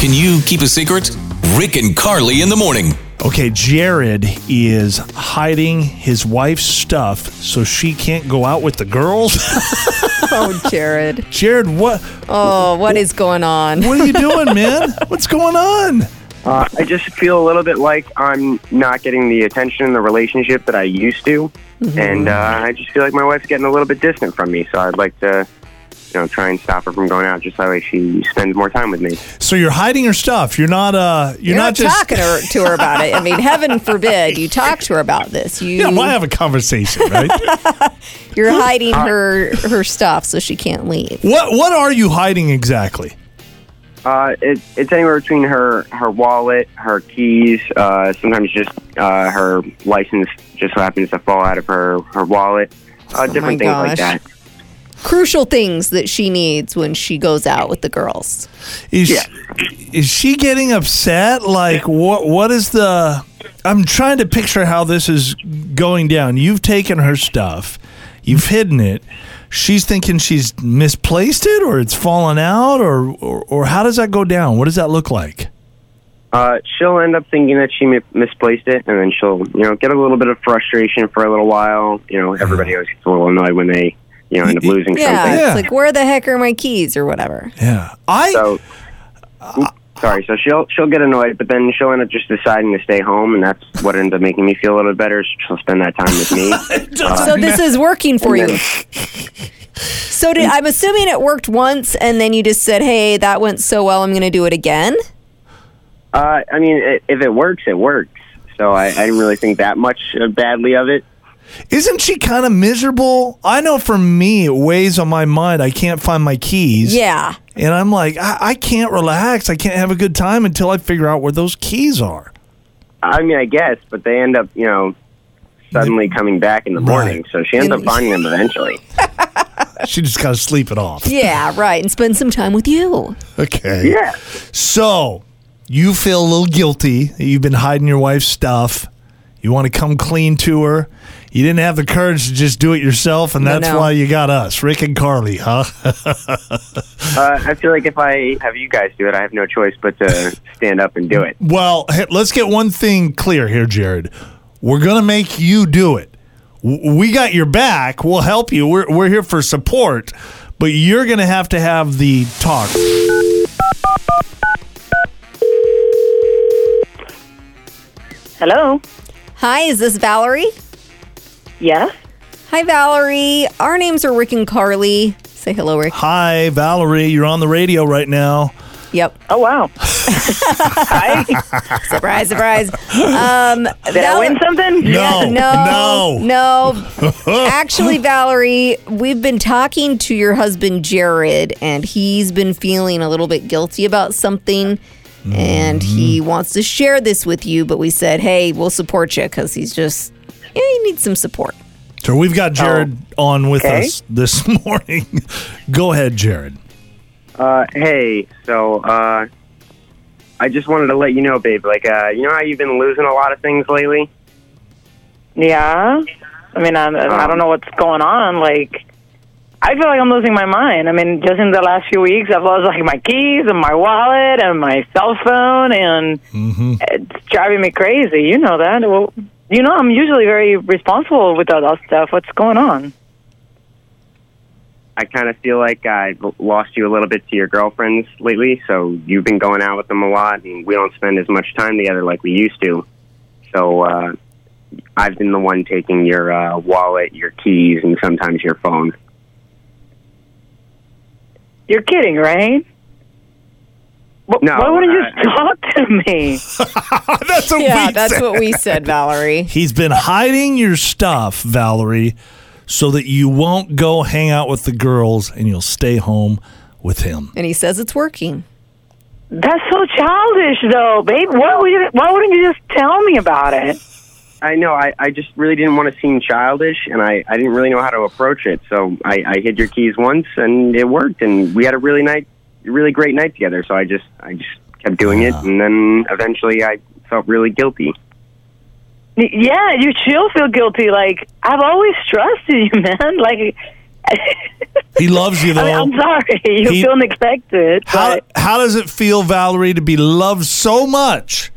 Can you keep a secret? Rick and Carly in the morning. Okay, Jared is hiding his wife's stuff so she can't go out with the girls. Oh, Jared. Jared, what Oh, what is going on? what are you doing, man? What's going on? Uh, I just feel a little bit like I'm not getting the attention in the relationship that I used to, and uh, I just feel like my wife's getting a little bit distant from me. So I'd like to, you know, try and stop her from going out, just that way she spends more time with me. So you're hiding her stuff. You're not uh you're, You're not, just talking to her, to her about it. I mean, heaven forbid you talk to her about this. You, Yeah, why have a conversation, right? you're hiding her her stuff so she can't leave. what what are you hiding exactly? Uh, it, it's anywhere between her her wallet, her keys, uh, sometimes just uh, her license just so happens to fall out of her her wallet, uh, different things gosh. like that. Crucial things that she needs when she goes out with the girls. Is Yeah. is she getting upset? Like what what is the I'm trying to picture how this is going down. You've taken her stuff. You've hidden it. She's thinking she's misplaced it or it's fallen out or or, or how does that go down? What does that look like? Uh, she'll end up thinking that she mi- misplaced it, and then she'll, you know, get a little bit of frustration for a little while. You know, everybody always gets a little annoyed when they, you know, end up losing Yeah, something. Yeah. it's like where the heck are my keys or whatever. Yeah. I So, Oops, sorry. So she'll she'll get annoyed, but then she'll end up just deciding to stay home, and that's what ends up making me feel a little bit better. She'll spend that time with me. So this is working for you. So did, I'm assuming it worked once, and then you just said, "Hey, that went so well, I'm going to do it again." uh, I mean, i if it works, it works. So I, I didn't really think that much uh, badly of it. Isn't she kind of miserable? I know for me, it weighs on my mind. I can't find my keys. Yeah. And I'm like, I, I can't relax. I can't have a good time until I figure out where those keys are. I mean, I guess, but they end up, you know, suddenly coming back in the morning. So she ends up In- finding them eventually. She just got to sleep it off. Yeah, right. And spend some time with you. Okay. Yeah. So you feel a little guilty that you've been hiding your wife's stuff. You want to come clean to her. You didn't have the courage to just do it yourself, and No, that's no. why you got us, Rick and Carly, huh? Uh, I feel like if I have you guys do it, I have no choice but to stand up and do it. Well, hey, let's get one thing clear here, Jared. We're going to make you do it. W- We got your back. We'll help you. We're, we're here for support, but you're going to have to have the talk. Hello. Hi, is this Valerie? Yes. Hi, Valerie. Our names are Rick and Carly. Say hello, Rick. Hi, Valerie. You're on the radio right now. Yep. Oh wow. Hi. Did Surprise, surprise. Um, I Val- win something? No. no, No. no. Actually, Valerie, we've been talking to your husband, Jared, and he's been feeling a little bit guilty about something. And he wants to share this with you, but we said, hey, we'll support you because he's just, yeah, he needs some support. So we've got Jared on with okay. us this morning. Go ahead, Jared. Uh, hey, so uh, I just wanted to let you know, babe. Like, uh, you know how you've been losing a lot of things lately? Yeah. I mean, I'm, Um. I don't know what's going on. Like, I feel like I'm losing my mind. I mean, just in the last few weeks, I've lost like my keys and my wallet and my cell phone, and Mm-hmm. it's driving me crazy. You know that. Well, you know, I'm usually very responsible with all that stuff. What's going on? I kind of feel like I lost you a little bit to your girlfriends lately. So you've been going out with them a lot, and we don't spend as much time together like we used to. So uh, I've been the one taking your uh, wallet, your keys, and sometimes your phone. You're kidding, right? Wh- No, Why wouldn't you I- I- talk to me? That's what Yeah, we that's said. what we said, Valerie. He's been hiding your stuff, Valerie, so that you won't go hang out with the girls and you'll stay home with him. And he says it's working. That's so childish, though, babe. Why, would you, why wouldn't you just tell me about it? I know. I, I just really didn't want to seem childish, and I, I didn't really know how to approach it. So I, I hid your keys once, and it worked, and we had a really night, really great night together. So I just I just kept doing it, and then eventually I felt really guilty. Y- Yeah, you still feel guilty. Like I've always trusted you, man. Like He loves you though. I mean, I'm sorry. You He- feel neglected. how, but how does it feel, Valerie, to be loved so much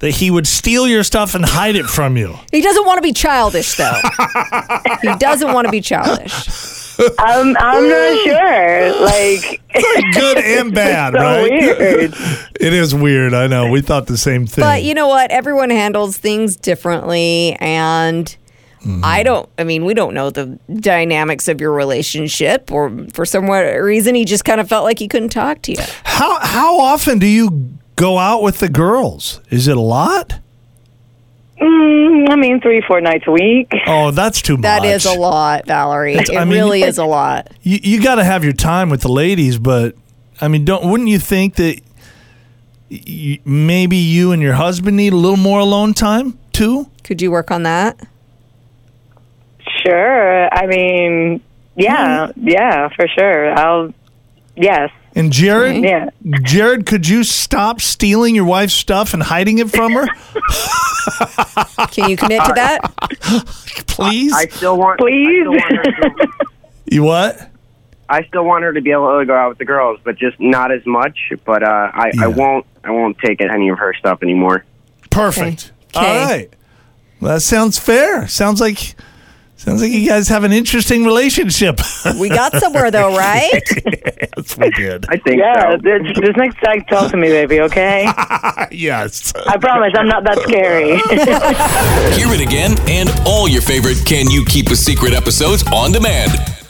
that he would steal your stuff and hide it from you? He doesn't want to be childish, though. he doesn't want to be childish. I'm, I'm not sure. Like, Good and bad, so right? weird. It is weird. I know. We thought the same thing. But you know what? Everyone handles things differently. And Mm-hmm. I don't, I mean, we don't know the dynamics of your relationship. Or for some wa- reason, he just kind of felt like he couldn't talk to you. how how often do you go out with the girls? Is it a lot? Mm, I mean, three, four nights a week. Oh, that's too much. That is a lot, Valerie. it I mean- really is a lot. You, you got to have your time with the ladies, but I mean, don't wouldn't you think that y- y- maybe you and your husband need a little more alone time too? Could you work on that? Sure. I mean, yeah, yeah, for sure. I'll, yes, And Jared, yeah. Jared, could you stop stealing your wife's stuff and hiding it from her, Can you commit to that? please? I still want. Please. I still want, her to, you what? I still want her to be able to go out with the girls, but just not as much. But uh, I, Yeah. I won't. I won't take any of her stuff anymore. Perfect. Okay. All right. Well, that sounds fair. Sounds like sounds like you guys have an interesting relationship. We got somewhere, though, right? yes, we did. I think Yeah, so. this, this next time, talk to me, baby, okay? yes. I promise I'm not that scary. Hear it again and all your favorite Can You Keep a Secret episodes on demand